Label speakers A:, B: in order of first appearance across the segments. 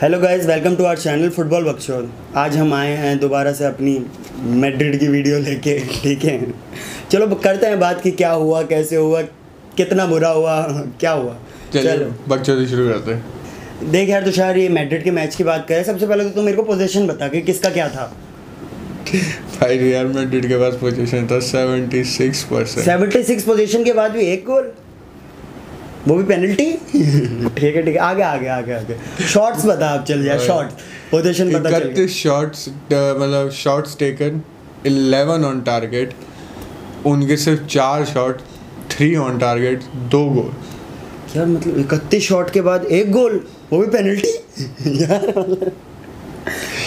A: Hello guys welcome to our channel football बक्शोर आज हम आए हैं दोबारा से अपनी मैड्रिड की वीडियो लेके ठीक है चलो करते हैं बात कि क्या हुआ कैसे हुआ कितना बुरा हुआ क्या हुआ
B: चलिए बकचोदी शुरू करते हैं
A: देख यार तुषार ये मैड्रिड के मैच की बात करें सबसे पहले तो तुम मेरे को पोजीशन बता कि किसका क्या था
B: भाई रियल मैड्रिड के पास पोजीशन था 76 परसेंट
A: 76 पोजीशन के बाद भी एक गोल वो भी पेनल्टी ठीक है ठीक है आगे आगे आगे आगे शॉट्स बता आप चल जाए शॉट्स पोजीशन पता चल गया।
B: इकतीस शॉट्स मतलब शॉट्स टेकन 11 ऑन टारगेट उनके सिर्फ चार शॉट थ्री ऑन टारगेट दो गोल
A: क्या मतलब इकतीस शॉट के बाद एक गोल वो भी पेनल्टी यार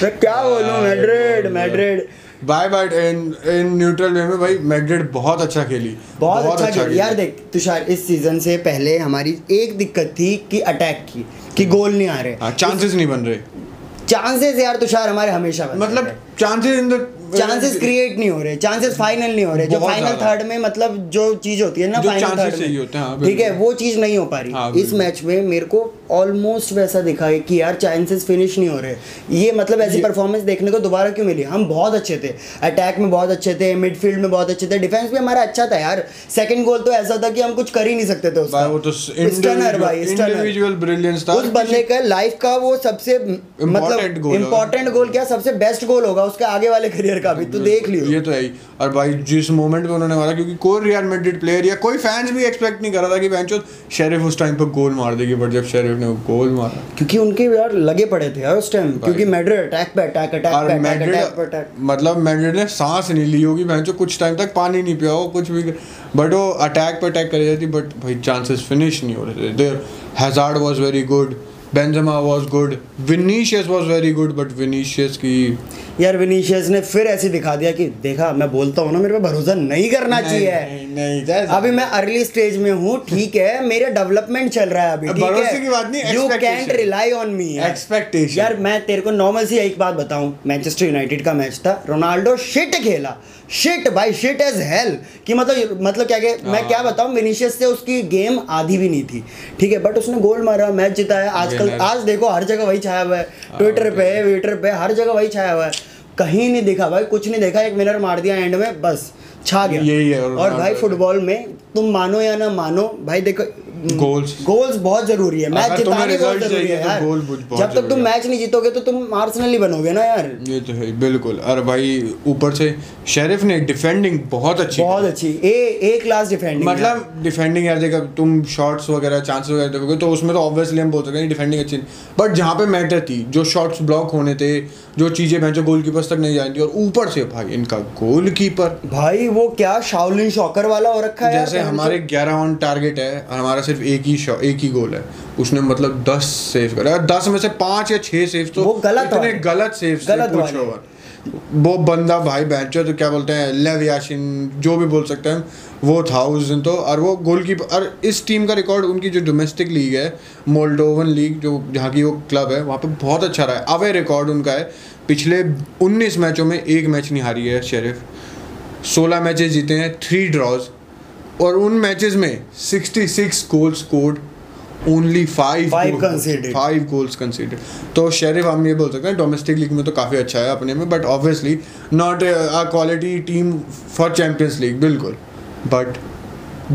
A: मैं क्या बोलूं Madrid Madrid
B: by but in in neutral way में भाई मैड्रिड बहुत अच्छा खेली
A: बहुत, अच्छा खेल यार देख तुषार इस सीजन से पहले हमारी एक दिक्कत थी कि अटैक की कि गोल नहीं आ रहे
B: चांसेस हाँ, नहीं बन रहे
A: चांसेस यार तुषार हमारे हमेशा बनते
B: मतलब
A: रहे।
B: Chances in the
A: chances create नहीं हो रहे चांसेस फाइनल नहीं हो रहे जो
B: बहुत
A: फाइनल
B: ज्यादा।
A: थर्ड में मतलब जो चीज होती है ना
B: जो
A: फाइनल
B: chances
A: थर्ड
B: चाहिए
A: में
B: होते हैं, हाँ,
A: ठीक है
B: बिल्कुल।
A: वो चीज नहीं हो पा
B: हाँ,
A: रही इस
B: बिल्कुल।
A: मैच में मेरे को ऑलमोस्ट वैसा दिखा है कि यार चांसेस फिनिश नहीं हो रहे ये मतलब ऐसी परफॉर्मेंस देखने को दोबारा क्यों मिली हम बहुत अच्छे थे अटैक में बहुत अच्छे थे मिडफील्ड में बहुत अच्छे थे डिफेंस भी हमारा अच्छा था यार सेकंड गोल तो ऐसा था कि हम कुछ कर ही नहीं सकते थे उसका
B: भाई वो तो
A: स्टनर भाई स्टनर
B: इंडिविजुअल ब्रिलियंस था
A: उस बंदे का लाइफ का वो सबसे मतलब
B: goal है।
A: इम्पोर्टेंट गोल क्या सबसे बेस्ट गोल होगा उसके आगे वाले करियर का भी तो देख लियो
B: ये तो है ही और भाई जिस मोमेंट पे उन्होंने मारा क्योंकि कोई रियल मैड्रिड प्लेयर या कोई फैंस भी एक्सपेक्ट नहीं कर रहा था कि बेंचो शेरिफ उस टाइम पर गोल मार देगी बट जब शेरिफ ने वो गोल मारा
A: क्योंकि उनके यार लगे पड़े थे यार उस टाइम क्योंकि मैड्रिड अटैक पे अटैक अटैक
B: और
A: पे अटैक अटैक पे
B: मैड्रिड
A: अटैक
B: मतलब मैड्रिड ने सांस नहीं ली होगी बेंचो कुछ टाइम तक पानी नहीं पिया हो कुछ भी बट वो अटैक पे अटैक करी जाती बट भाई चांसेस फिनिश नहीं हो रहे थे there Hazard was very good Benzema was good Vinicius was very good but Vinicius की
A: यार विनीशियस ने फिर ऐसे दिखा दिया कि देखा मैं बोलता हूँ ना मेरे पे भरोसा नहीं करना चाहिए
B: नहीं, नहीं, नहीं,
A: अभी मैं अर्ली स्टेज में हूँ ठीक है मेरा डेवलपमेंट चल रहा है अभी ठीक
B: भरोसे
A: है
B: की बात नहीं,
A: you can't
B: expectation।
A: Rely on me
B: Expectation।
A: यार मैं तेरे को नॉर्मल सी एक बात बताऊं मैनचेस्टर यूनाइटेड का मैच था रोनाल्डो शिट खेला शिट भाई शिट एज हेल कि मतलब मतलब क्या क्या मैं
B: हाँ।
A: क्या बताऊं विनीशियस से उसकी गेम आधी भी नहीं थी ठीक है बट उसने गोल मारा मैच जिताया आजकल
B: Winner। हाँ,
A: आज देखो हर जगह वही छाया हुआ है ट्विटर पे ट्विटर पे हर जगह वही छाया हुआ है कहीं नहीं दिखा भाई कुछ नहीं देखा एक मिनर मार दिया एंड में बस छा गया
B: यही है
A: और भाई
B: रोनाल्डो।
A: फुटबॉल में तुम मानो या ना मानो भाई देखो
B: Goals।
A: गोल्स बहुत जरूरी है मैच
B: अगर तुम्हें
A: जिताने बहुत
B: result
A: जरूरी है
B: चाहिए तो
A: यार
B: goal बहुत
A: जब तक तुम
B: जरूरी है।
A: मैच नहीं जीतोगे तो तुम आर्सेनल ही बनोगे ना यार
B: ये तो है ही, बिल्कुल और भाई ऊपर से शेरिफ ने डिफेंडिंग बहुत अच्छी
A: बहुत
B: की।
A: अच्छी ए ए क्लास डिफेंडिंग
B: मतलब डिफेंडिंग यार देखो तुम शॉट्स वगैरह चांसेस वगैरह देखोगे तो उसमें तो ऑब्वियसली हम बोल सकते हैं डिफेंडिंग अच्छी नहीं बट जहाँ पे मैटर थी जो शॉट्स ब्लॉक होने थे जो चीज़ें भैंसो गोल कीपर्स तक नहीं जाती और ऊपर से भाई इनका गोल कीपर
A: भाई वो क्या शाओलिन शॉकर वाला हो रखा है तो। यार
B: जैसे हमारे ग्यारह ऑन टारगेट है और हमारा सिर्फ एक ही shot- एक ही गोल है उसने मतलब दस सेव करा दस में से पाँच या छः सेव तो
A: वो गलत
B: इतने
A: वाले।
B: गलत सेव
A: गलत
B: पूछो
A: वाले।
B: मत। वो बंदा भाई बेंचो तो क्या बोलते हैं लेव याशिन जो भी बोल सकते हैं वो था उस दिन तो और वो गोल की और इस टीम का रिकॉर्ड उनकी जो डोमेस्टिक लीग है मोल्डोवन लीग जो जहाँ की वो क्लब है वहाँ पे बहुत अच्छा रहा है अवे रिकॉर्ड उनका है पिछले 19 मैचों में एक मैच नहीं हारी है शेरिफ 16 मैचेस जीते हैं थ्री ड्रॉज और उन मैचेस में 66 goal scored only five
A: Five conceded.
B: Five goals concede तो शेरिफ हम ये बोल सकते हैं डोमेस्टिक लीग में तो काफ़ी अच्छा है अपने में but obviously not a quality team for Champions League बिल्कुल but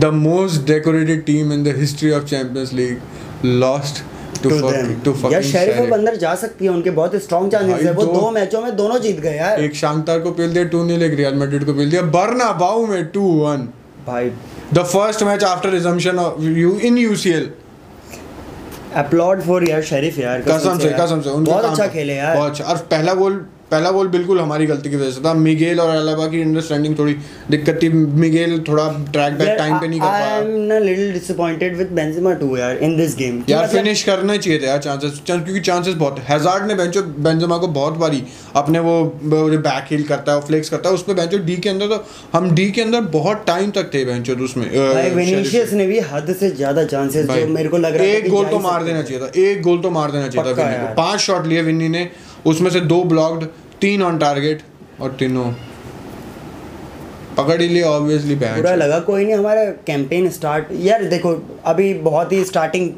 B: the most decorated team in the history of Champions League lost to
A: to them.
B: To
A: यार शेरिफ अब अंदर जा सकती है उनके बहुत स्ट्रॉन्ग चांसेस
B: भाई
A: है वो
B: दो-
A: दो मैचों में दोनों जीत गए यार
B: एक शांतार को पेल दिया टू नील एक रियल मैड्रिड को पेल दिया बर्ना बाऊ में टू वन
A: भाई
B: the first match after resumption of you in UCL
A: applaud for यार शेरिफ यार
B: कसम से
A: यार।
B: कसम से उनका
A: बहुत
B: काम
A: अच्छा
B: था।
A: खेले यार
B: बहुत अच्छा और पहला गोल पहला गोल बिल्कुल हमारी गलती की वजह से था मिगेल और अलावा की अंडरस्टैंडिंग थोड़ी दिक्कत थी मिगेल थोड़ा ट्रैक बैक टाइम पे नहीं कर
A: आई
B: पाया
A: एम ना little disappointed with Benzema too यार इन दिस गेम
B: यार फिनिश करना चाहिए था यार चांसेस क्योंकि चांसेस बहुत है हैजार्ड ने बेंचो बेंजेमा को बहुत बारी अपने वो बैक हील करता है फ्लेक्स करता है उस पे बेंचो डी के अंदर तो हम डी के अंदर बहुत टाइम तक थे बेंचो उसमें अ,
A: भाई
B: शेरिफ
A: विनीशियस ने भी हद से ज्यादा चांसेस जो
B: uh, भाई,
A: मेरे को लग रहा है
B: एक गोल तो मार देना चाहिए था एक गोल तो मार देना चाहिए था
A: पक्का
B: विन्नी को
A: यार।
B: पांच शॉट लिए विन्नी ने उसमें से दो ब्लॉक्ड तीन ऑन टारगेट और तीनों पकड़ ही लिए ऑब्वियसली
A: बुरा
B: बैच
A: लगा कोई नहीं हमारा कैंपेन स्टार्ट यार देखो अभी बहुत ही स्टार्टिंग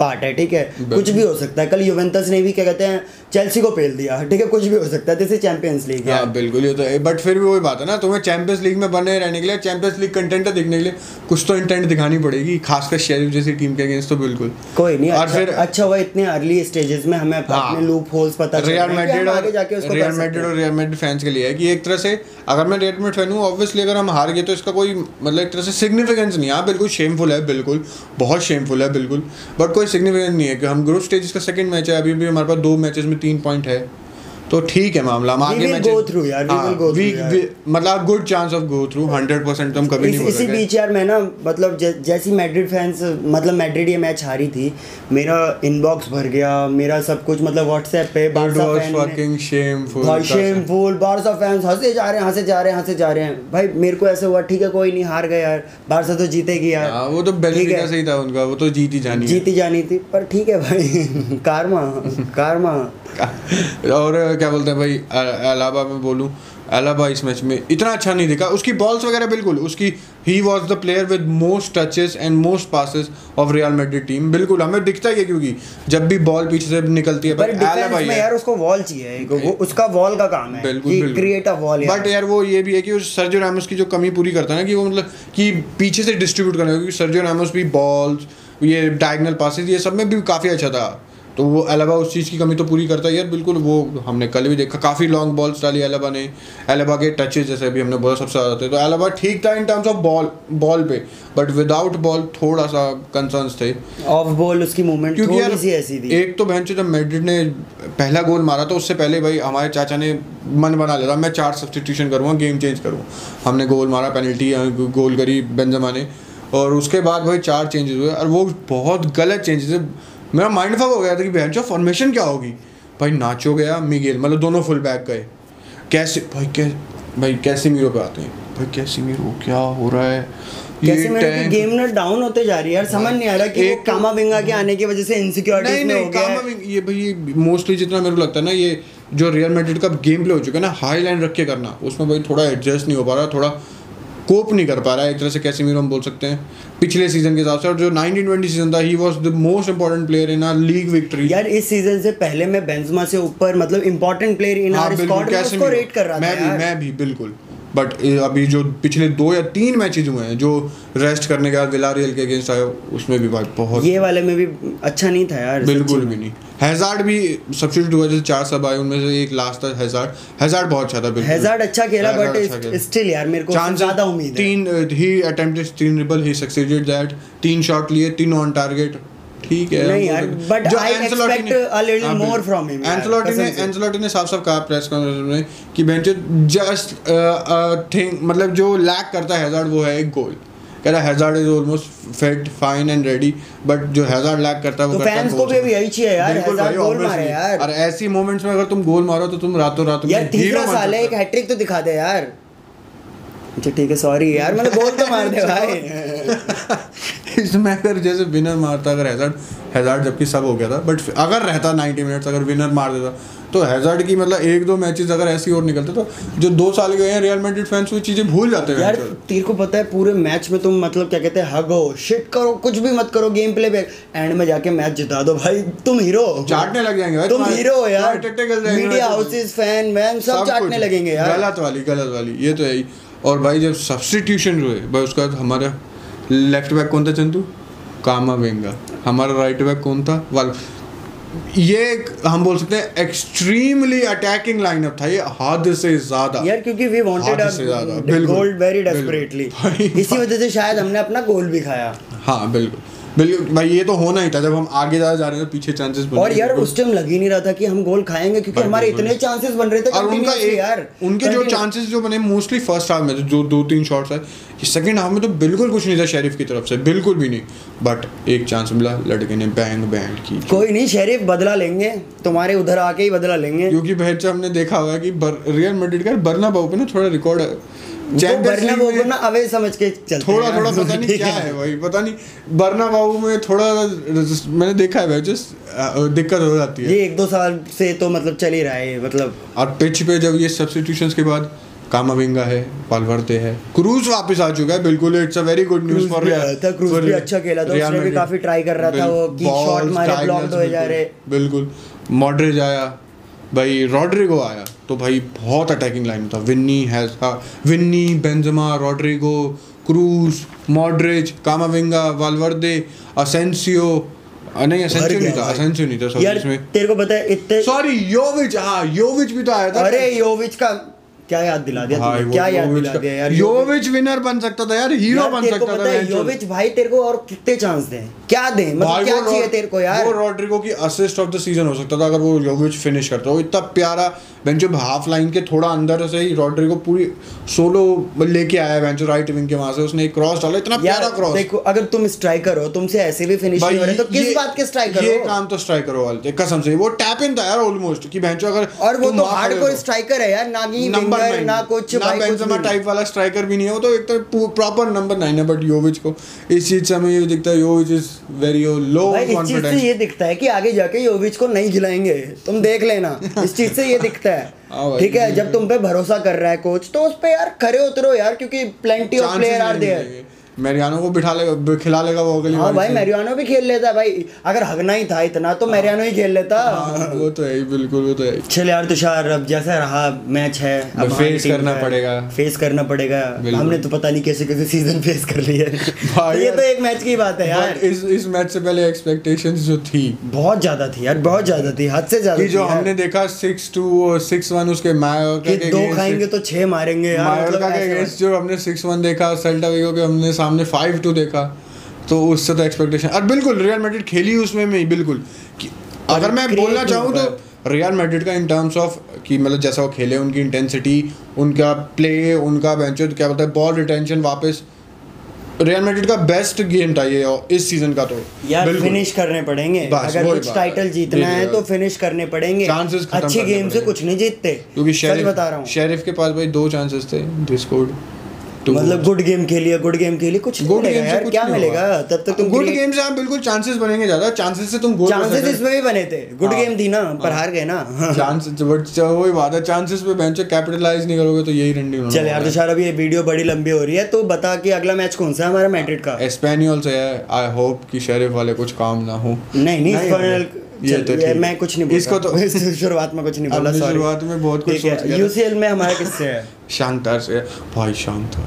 A: पार्ट है ठीक है कुछ भी हो सकता है कल यूवेंटस ने भी क्या कहते हैं चेल्सी को पेल दिया ठीक है कुछ भी हो सकता है दिस इज चैंपियंस लीग
B: हाँ बिल्कुल ये तो है बट फिर भी वही बात है ना तुम्हें चैंपियंस लीग में बने रहने के लिए चैंपियंस लीग कंटेंट देखने के लिए कुछ तो इंटेंट दिखानी पड़ेगी खासकर शेरिफ जैसी टीम के अगेंस्ट तो बिल्कुल
A: कोई नहीं
B: और
A: अच्छा,
B: फिर-
A: अच्छा हुआ इतने अर्ली स्टेजेस में हमें अपने लूप होल्स पता चल
B: रियल
A: रहे हैं कि
B: मैड्रिड
A: हम आगे जाके
B: और
A: उसको
B: रियल
A: कर सकते
B: मैड्रिड
A: हैं।
B: और रियल मैड्रिड फैंस के लिए है कि एक तरह से अगर मैं रियल मैड्रिड फैन हूँ ऑब्वियसली अगर हम हार गए तो इसका कोई मतलब एक तरह से सिग्निफिकेंस नहीं है हाँ, बिल्कुल शेमफुल है बिल्कुल बहुत शेमफुल है बिल्कुल बट कोई सिग्निफिकेंस नहीं है कि हम ग्रुप स्टेज का सेकंड मैच है अभी भी हमारे पास दो मैचेस में तीन पॉइंट है तो ठीक है मामला हम
A: We
B: आगे
A: will
B: मैचेस
A: go through यार, we will go through यार।
B: मतलब good chance of go through 100% तो हम कभी
A: इस,
B: नहीं बोल
A: इसी
B: सकते
A: बीच यार मैं ना मतलब जै, जैसी मैड्रिड फैंस मतलब मैड्रिड ये मैच हारी थी मेरा इनबॉक्स भर गया मेरा सब कुछ मतलब व्हाट्सएप पे
B: इट
A: बारसा
B: वाज
A: फैन ने-
B: फकिंग शेमफुल
A: भाई शेमफुल बारसा फैंस हंसे जा रहे हैं हंसे जा रहे हैं हंसे जा रहे हैं भाई मेरे को ऐसे हुआ ठीक है कोई नहीं हार गए यार बारसा तो जीतेगी यार
B: हाँ वो तो बेलिका से ही था उनका वो तो जीत ही जानी है।
A: जीती जानी थी पर ठीक है भाई कारमा कारमा
B: और क्या बोलते हैं भाई अ- अलाबा में बोलूं अलाबा इस मैच में इतना अच्छा नहीं दिखा उसकी बॉल्स वगैरह बिल्कुल उसकी ही was the player with most touches and most passes of Real Madrid team बिल्कुल हमें दिखता ही है क्योंकि जब भी बॉल पीछे से निकलती है
A: पर
B: पर
A: डिफेंस
B: अलाबा ही
A: में
B: है
A: यार उसको वॉल चाहिए एक, वो उसका वॉल का काम है
B: बिल्कुल
A: कि
B: बिल्कुल
A: क्रिएट अ वॉल
B: बट यार वो ये भी है कि उस सर्जियो रैमोस की जो कमी पूरी करता है ना कि वो मतलब कि पीछे से डिस्ट्रीब्यूट करना क्योंकि सर्जियो रैमोस भी बॉल्स ये डायगनल पासेस ये सब में भी काफ़ी अच्छा था तो वो अलावा उस चीज़ की कमी तो पूरी करता है यार बिल्कुल वो हमने कल भी देखा काफ़ी लॉन्ग बॉल्स डाली अलावा ने अलावा के टचेस जैसे अभी हमने बोला सबसे ज़्यादा थे तो अलावा ठीक था in terms of ball ball पे बट विदाउट बॉल थोड़ा सा कंसर्न्स थे
A: ऑफ बॉल उसकी मूवमेंट
B: क्योंकि
A: थोड़ी सी ऐसी
B: यार
A: थी
B: एक तो बहन जब मैड्रिड ने पहला गोल मारा तो उससे पहले भाई हमारे चाचा ने मन बना लिया था मैं चार सब्सटीट्यूशन करूँगा गेम चेंज करूँ हमने गोल मारा पेनल्टी अ, गोल करी बेंजमा ने और उसके बाद भाई चार चेंजेस हुए और वो बहुत गलत चेंजेस है मेरा माइंड फॉग हो गया था कि बहन जो फॉर्मेशन क्या होगी भाई नाचो गया मिगेल मतलब दोनों फुल बैक गए कैसे भाई कैसे भाई कैसे मीरो पे आते हैं भाई कैसे मीरो क्या हो रहा है ये
A: कैसे मेरे की
B: tank-
A: गेम ना डाउन होते जा रही है यार समझ नहीं आ रहा कि
B: एक
A: एक
B: तो-
A: कामाविंगा के आने की वजह से इनसिक्योरिटीज
B: नहीं
A: में
B: नहीं
A: हो गया
B: काम
A: है।
B: अभी ये भाई मोस्टली जितना मेरे को लगता है ना ये जो रियल मैड्रिड का गेम प्ले हो चुका है ना हाई लाइन रख के करना उसमें भाई थोड़ा एडजस्ट नहीं हो पा रहा थोड़ा कोप नहीं कर पा रहा है एक तरह से कैसे हम बोल सकते हैं पिछले सीजन के हिसाब से और जो 1920 सीजन था ही was the most important player in our league victory
A: यार इस सीजन से पहले मैं बेंजमा से ऊपर मतलब important player in our squad में उसको रेट कर रहा था
B: मैं हाँ, भी
A: यार
B: मैं भी बिल्कुल बट अभी जो पिछले दो या तीन मैचेज हुए हैं जो रेस्ट करने के बाद विलारियल के अगेंस्ट आए उसमें भी भाई बहुत
A: ये वाले में भी अच्छा नहीं था यार
B: बिल्कुल भी नहीं हैजार्ड भी सब्सिट्यूट हुआ जैसे चार सब आए उनमें से एक लास्ट था हैजार्ड हैजार्ड बहुत अच्छा था बिल्कुल
A: हैजार्ड अच्छा खेला
B: Hazard अच्छा
A: बट
B: खेला।
A: स्टिल यार मेरे को उससे
B: Chances-
A: ज्यादा उम्मीद है
B: तीन ही अटेम्प्टेड तीन रिबल ही सक्सेडेड दैट तीन शॉट लिए तीन ऑन टारगेट ठीक है तो-
A: नहीं यार, but I expect a little more from him यार,
B: एंसलोटी हाँ, ने
A: कसम से।
B: एंसलोटी ने साफ साफ कहा प्रेस कॉन्फ्रेंस में कि बेंच जस्ट थिंग मतलब जो लैक करता है हैजार्ड वो है एक गोल कह रहा Hazard is almost fit fine and ready but जो हैजार्ड लैक करता है वो
A: तो
B: करता है
A: फैंस को
B: goal
A: भी
B: से।
A: अभी यही चाहिए यार
B: बिल्कुल
A: हजार
B: भाई,
A: गोल
B: obviously।
A: मारे यार
B: और ऐसी मोमेंट्स में अगर तुम गोल मारो तो मतलब तुम रातों रात
A: यार तीसरा साल है एक हैट्रिक तो दिखा दे यार अच्छा ठीक है सॉरी यार मतलब गोल तो मार दे भाई
B: इसमें अगर जैसे विनर मारता अगर हैजार्ड हैजार्ड जबकि सब हो गया था बट अगर रहता 90 मिनट्स अगर विनर मार देता तो हैजार्ड की मतलब एक दो मैचेस अगर ऐसी और निकलते तो जो दो साल गए हैं रियल मैड्रिड फैंस वो चीज़ें भूल जाते हैं
A: यार
B: actually।
A: तेरे को पता है पूरे मैच में तुम मतलब क्या कहते हैं हग हो शिट करो कुछ भी मत करो गेम प्ले पे एंड में जाके मैच जिता दो भाई तुम हीरो हो
B: चाटने लग जाएंगे भाई
A: तुम
B: तुम्हारे-
A: हीरो हो यार
B: तुम्हारे टट्टे गल जाएंगे
A: मीडिया
B: भाई।
A: हाउसेस फैन मैन सब चाटने
B: तो- कुछ।
A: लगेंगे यार
B: गलत वाली गलत वाली ये तो है ही और भाई जब सब्सटीट्यूशन हुए भाई उसका हमारा लेफ्ट बैक कौन था चंदू कामा वेंगा हमारा राइट बैक कौन था वाल ये एक, हम बोल सकते हैं एक्सट्रीमली अटैकिंग लाइनअप था ये हद से ज्यादा
A: यार क्योंकि वी वांटेड
B: हाथ से ज्यादा,
A: अ
B: बिल्कुल,
A: गोल्ड वेरी
B: बिल्कुल।
A: डेस्परेटली
B: भाई,
A: इसी वजह से शायद हमने अपना गोल भी खाया
B: हाँ बिल्कुल बिल्कुल भाई ये तो होना ही था जब हम आगे ज़्यादा जा रहे थे पीछे चांसेस
A: और यार उस टाइम लग ही नहीं रहा था कि हम गोल खाएंगे क्योंकि
B: भाई,
A: हमारे
B: बिल्कुल।
A: इतने चांसेस बन रहे थे
B: और उनका
A: continuously
B: एक
A: यार
B: उनके जो
A: Continue-
B: चांसेस जो बने मोस्टली फर्स्ट हाफ में थे, जो दो तीन शॉट्स है सेकंड हाफ में तो बिल्कुल कुछ नहीं था शेरिफ की तरफ से बिल्कुल भी नहीं बट एक चांस मिला लड़के ने बैंग बैंग की
A: कोई नहीं शेरिफ बदला लेंगे तुम्हारे उधर आके ही बदला लेंगे
B: क्योंकि भैर हमने देखा हुआ है कि रियल मैड्रिड का बर्ना बाबू पे ना थोड़ा रिकॉर्ड है
A: वो
B: Champions
A: बरना
B: League
A: वो
B: में-
A: ना अवे समझ के चलते
B: थोड़ा
A: हैं।
B: थोड़ा पता नहीं
A: ठीक
B: क्या है भाई पता नहीं बर्ना बाबू में थोड़ा मैंने देखा है भाई जस्ट दिक्कत हो जाती है
A: ये एक दो साल से तो मतलब चल ही रहा है ये, मतलब
B: और पिच पे जब ये सब्सटीट्यूशंस के बाद कामाविंगा है पालवर्ते है क्रूज वापस आ चुका है बिल्कुल it's a very good news
A: Kroos
B: for
A: भी आया था, क्रूज भी अच्छा खेला था, उसने भी काफी try कर रहा था, वो कि shot मारे, तो blocked होए जा रहे।
B: बिल्कुल मॉड्रिज आया भाई रॉड्रिगो आया तो भाई बहुत अटैकिंग लाइन था हाँ, Vinny has Vinny Benzema Rodrigo Kroos Modric Camavinga Valverde Asensio नहीं
A: भर
B: असेंसियो
A: गया
B: नहीं था
A: भाई।
B: असेंसियो नहीं था सॉरी
A: यार
B: इसमें
A: तेरे को पता है इतने
B: सॉरी योविच हाँ योविच भी तो आया था
A: अरे योविच का क्या याद दिला दिया
B: भाई,
A: तूने
B: वो
A: क्या याद
B: योविच
A: दिला
B: का-
A: दिया यार
B: योविच विनर बन सकता था यार हीरो
A: यार,
B: बन
A: तेरे को
B: सकता
A: पता
B: था
A: है
B: बेंचो।
A: योविच भाई तेरे को और कितने चांस दें क्या दें मतलब
B: भाई,
A: क्या
B: वो रॉड-
A: चाहिए तेरे को
B: वो
A: यार
B: रॉड्रिगो की असिस्ट ऑफ द सीजन हो सकता था अगर वो योविच फिनिश करता वो इतना प्यारा बेंचो हाफ लाइन के थोड़ा अंदर से ही रॉड्रिगो पूरी सोलो लेके आया बेंचो राइट विंग के वहां से उसने एक क्रॉस डाला इतना प्यारा
A: यार
B: क्रॉस
A: देखो अगर तुम स्ट्राइकर हो तुमसे ऐसे भी फिनिश नहीं हो रहे तो किस बात के स्ट्राइकर
B: ये
A: हो
B: काम तो स्ट्राइकर वाले थे कसम से वो टैप इन था यार ऑलमोस्ट कि बेंचो अगर
A: और वो
B: तुम
A: तो
B: वहाँ खड़े
A: हार्डकोर
B: हो।
A: स्ट्राइकर है यार ना ही
B: नंबर
A: विंगर
B: नाइन
A: ना कुछ
B: ना
A: भाई कुछ
B: बेंजेमा
A: भी
B: टाइप वाला स्ट्राइकर भी नहीं है वो तो एक तो प्रॉपर नंबर नाइन है बट योविच को इस चीज से हमें ये दिखता है योविच इज वेरी लो
A: नहीं। भाई इस चीज से
B: कॉन्फिडेंस
A: ये दिखता है कि आगे जाके योविच को नहीं खिलाएंगे तुम देख लेना इस चीज से ये दिखता
B: हाँ
A: है
B: भाई,
A: ठीक है
B: ये
A: जब तुम पे भरोसा कर रहा है कोच तो उस पे यार खरे उतरो यार क्योंकि plenty of player are there
B: Mariano को बिठा लेगा खिला लेगा वो अगली
A: हाँ
B: बारी
A: भाई
B: से।
A: मैरियानो भी खेल लेता भाई अगर हगना ही था इतना तो मैरियानो ही खेल लेता
B: हाँ, वो तो है ही, बिल्कुल वो तो है ही।
A: चल यार तुषार अब जैसा रहा मैच है अब
B: भाई,
A: हमारी
B: face
A: team
B: करना
A: है,
B: पड़ेगा।
A: फेस करना पड़ेगा
B: बिल्कुल।
A: हमने तो पता नहीं कैसे कैसे सीजन फेस कर ली है तो ये
B: यार।
A: तो एक मैच की बात है यार
B: But इस इस मैच से पहले एक्सपेक्टेशंस जो थी
A: बहुत ज्यादा थी यार बहुत ज्यादा थी हद से ज्यादा
B: कि
A: थी
B: जो
A: यार।
B: हमने देखा सिक्स टू सिक्स वन उसके मायोका
A: कि
B: के
A: दो
B: against-
A: खाएंगे तो छह मारेंगे यार मतलब
B: मायोका के
A: ऐसे
B: अगेंस्ट जो हमने सिक्स वन देखा सेल्टा विगो के हमने सामने फाइव टू देखा तो उससे तो एक्सपेक्टेशन और बिल्कुल रियल मैड्रिड खेली उसमें में ही, बिल्कुल कि अगर मैं
A: Creative
B: बोलना चाहूँ तो रियल मैड्रिड का इन टर्म्स ऑफ कि मतलब जैसा वो खेले उनकी इंटेंसिटी उनका प्ले उनका बेंचो क्या बोलता है बॉल रिटेंशन वापस रियल मैड्रिड का बेस्ट गेम था ये और इस सीजन का तो
A: यार
B: बिल्कुल।
A: फिनिश करने पड़ेंगे
B: बस,
A: अगर
B: वही
A: कुछ
B: बात है।
A: टाइटल जीतना
B: बिल्कुल
A: है तो
B: यार।
A: फिनिश करने पड़ेंगे
B: Chances खत्म
A: अच्छी
B: करने
A: गेम से
B: पड़ेंगे।
A: कुछ नहीं जीतते
B: क्योंकि
A: सच बता रहा
B: शेरिफ
A: हूँ
B: शेरिफ के पास भाई दो चांसेस थे डिस्कोड
A: मतलब गुड गेम खेली है गुड गेम खेली कुछ नहीं
B: गुड
A: मिलेगा
B: गेम से
A: यार
B: कुछ
A: क्या
B: नहीं
A: मिलेगा
B: होगा।
A: तब तक तुम
B: गुड गेम से आप बिल्कुल चांसेस बनेंगे ज्यादा चांसेस से तुम गोल
A: चांसेस इसमें भी बने थे गुड
B: हाँ,
A: गेम थी ना पर हार गए ना
B: चांसेस बट तो वही बात है चांसेस पे बेंच कैपिटलाइज नहीं करोगे तो यही रंडी होना
A: चल यार तुषार अब ये वीडियो बड़ी लंबी हो रही है तो बता कि अगला मैच कौन सा है हमारा मैड्रिड का
B: एस्पेनियल से है आई होप कि शेरिफ वाले कुछ काम ना हो
A: नहीं नहीं
B: नहीं,
A: फाइनल
B: ये तो ठीक है।
A: मैं कुछ नहीं बोल
B: इसको तो
A: रहा। शुरुआत में कुछ नहीं बोला
B: हमने
A: सॉरी
B: शुरुआत में बहुत कुछ सोच लिया था।
A: यूसीएल में हमारा किससे है
B: शानदार से है। भाई शानदार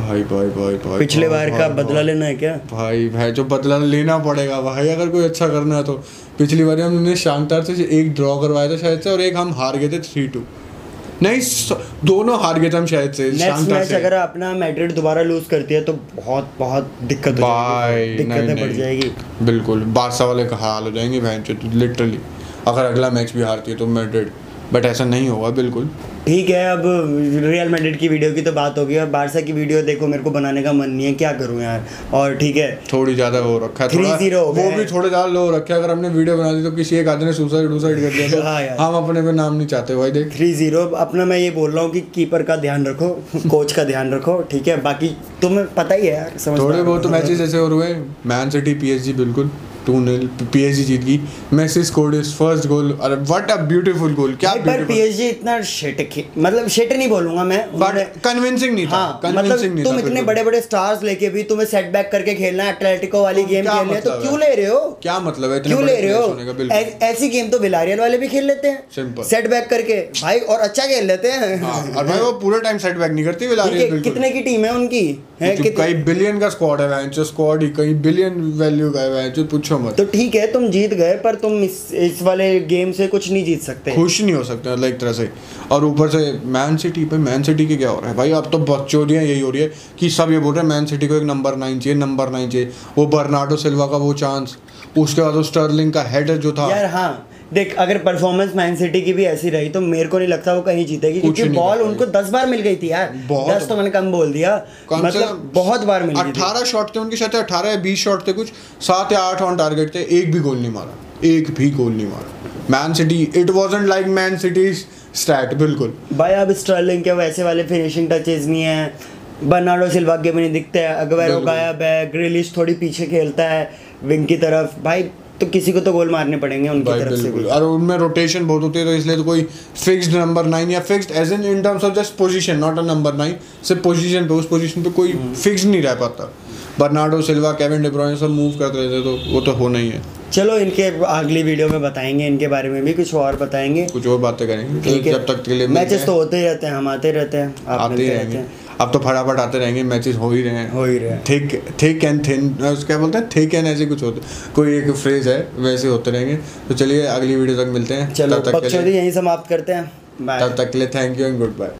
B: भाई भाई भाई भाई
A: पिछले
B: भाई,
A: बार
B: भाई,
A: का
B: भाई।
A: बदला लेना है क्या
B: भाई भाई जो बदला लेना पड़ेगा भाई अगर कोई अच्छा करना है तो पिछली बार हमने शानदार से एक ड्रॉ करवाया था शायद से और एक हम हार गए थे थ्री टू नहीं स- दोनों हार गए थे हम शायद से
A: नेक्स्ट
B: शानदार
A: मैच
B: से
A: अगर अपना मैड्रिड दोबारा लूज करती है तो बहुत बहुत दिक्कत हो
B: भाई
A: जाएगी तो दिक्कतें
B: नहीं,
A: बढ़
B: नहीं।
A: जाएगी
B: बिल्कुल बादशाह वाले का हाल हो जाएंगे बहन लिटरली अगर अगला मैच भी हारती है तो मैड्रिड बट ऐसा नहीं होगा बिल्कुल
A: ठीक है अब रियल मैड्रिड की वीडियो की तो बात होगी और बारसा की वीडियो देखो मेरे को बनाने का मन नहीं है क्या करूं यार और ठीक है
B: थोड़ी ज्यादा हो रखा है
A: 3-0
B: थोड़ा
A: हो
B: वो
A: गए।
B: भी थोड़े ज्यादा लो रखा है अगर हमने वीडियो बना दी तो किसी एक आदमी ने सुसाइड वुसाइड कर दिया
A: हाँ यार।
B: तो हम अपने पे नाम नहीं चाहते भाई देख
A: थ्री जीरो अपना मैं ये बोल रहा हूँ कि कीपर का ध्यान रखो कोच का ध्यान रखो ठीक है बाकी तुम्हें पता ही है यार समझ
B: थोड़े
A: में आ
B: बहुत तो
A: रहा है।
B: मैचेस ऐसे और हुए मैन सिटी पीएसजी बिल्कुल टू नील पीएसजी जीत गई Messi scored his first goal अरे व्हाट अ ब्यूटीफुल गोल क्या
A: भाई, पर
B: beautiful-
A: पीएसजी इतना शेट मतलब शेट नहीं बोलूंगा मैं
B: बट
A: उन्होंने-
B: कन्विंसिंग नहीं था
A: हाँ
B: कन्विंसिंग
A: मतलब
B: नहीं
A: तुम
B: था
A: इतने
B: बिल्कुल।
A: बड़े बड़े स्टार्स लेके भी तुम्हें सेटबैक करके खेलना है एटलेटिको वाली
B: तो
A: गेम
B: क्या
A: खेलनी है तो
B: मतलब
A: क्यों
B: है?
A: ले रहे हो
B: क्या मतलब है इतने
A: क्यों
B: बड़े
A: ले रहे
B: players होने का
A: हो
B: बिल्कुल
A: ऐ- ऐसी गेम तो विलारियल वाले भी खेल लेते हैं
B: Simple.
A: सेटबैक करके भाई और अच्छा खेल लेते हैं
B: हाँ, और भाई वो पूरा टाइम सेट बैक नहीं करती विलारियल
A: ठीक है,
B: बिल्कुल
A: कितने की टीम है उनकी है
B: जो
A: कितने
B: कई बिलियन का स्क्वाड है वैंचो स्क्वाड ही कई बिलियन वैल्यू का है वैंचो पूछो मत
A: तो ठीक है तुम जीत गए पर तुम इस इस वाले गेम से कुछ नहीं जीत सकते
B: खुश नहीं हो सकते मतलब एक तरह से और ऊपर से मैन सिटी पे मैन सिटी के क्या हो रहा है भाई अब तो बकचोदियाँ यही हो रही है कि सब ये बोल रहे हैं मैन सिटी को एक नंबर नाइन चाहिए नंबर नाइन चाहिए वो बर्नाडो सिल्वा का वो चांस उसके बाद वो स्टर्लिंग का हेडर जो था
A: यार हाँ देख अगर परफॉर्मेंस मैन सिटी की भी ऐसी रही तो मेरे को नहीं लगता वो कहीं जीतेगी
B: कुछ
A: क्योंकि
B: नहीं
A: बॉल
B: कर
A: उनको दस बार मिल गई थी यार
B: बहुत।
A: दस तो मैंने कम बोल दिया
B: कम से
A: मतलब
B: कम
A: बहुत बार मिल गई थी
B: अट्ठारह शॉट थे उनके शायद अट्ठारह या बीस शॉट थे कुछ सात या आठ ऑन टारगेट थे एक भी गोल नहीं मारा एक भी गोल नहीं मारा Man City it wasn't like Man City stat बिल्कुल
A: भाई अब स्टर्लिंग के वैसे वाले फिनिशिंग टचेज नहीं है बर्नाडो सिल्वा के भी नहीं दिखते हैं अगवेरो
B: बिल्कुल।
A: गायब है ग्रिलिश थोड़ी पीछे खेलता है विंग की तरफ भाई तो किसी को तो गोल मारने पड़ेंगे उनकी
B: भाई
A: तरफ से
B: बिल्कुल
A: भी
B: और उनमें रोटेशन बहुत होती है तो इसलिए तो कोई फिक्स्ड नंबर नाइन या fixed edge in in terms of just position not a number nine सिर्फ पोजीशन पे उस पोजीशन पे कोई
A: हम्म।
B: फिक्स्ड नहीं रह पाता बर्नाडो सिल्वा केविन डिब्रॉयन सब मूव करते रहते हैं, तो वो तो होना ही है
A: चलो इनके अगली वीडियो में बताएंगे इनके बारे में भी कुछ और बताएंगे
B: कुछ और बातें करेंगे
A: ठीक
B: तो
A: है
B: जब तक के लिए मिलते
A: मैचेस
B: हैं,
A: तो होते ही रहते हैं हम आते रहते हैं आप
B: आते ही
A: मिलते रहते
B: रहेंगे
A: हैं
B: अब तो फटाफट आते रहेंगे मैचेस हो ही रहे हैं
A: हो ही रहे हैं
B: थिक थिक एंड थिन क्या बोलते हैं थिक एंड ऐसे कुछ होते कोई एक फ्रेज है वैसे होते रहेंगे तो चलिए अगली वीडियो तक मिलते हैं
A: चलो
B: तब तक के
A: पक्षोदी
B: लिए
A: यहीं समाप्त करते हैं बाय
B: तब तक के लिए thank you and good bye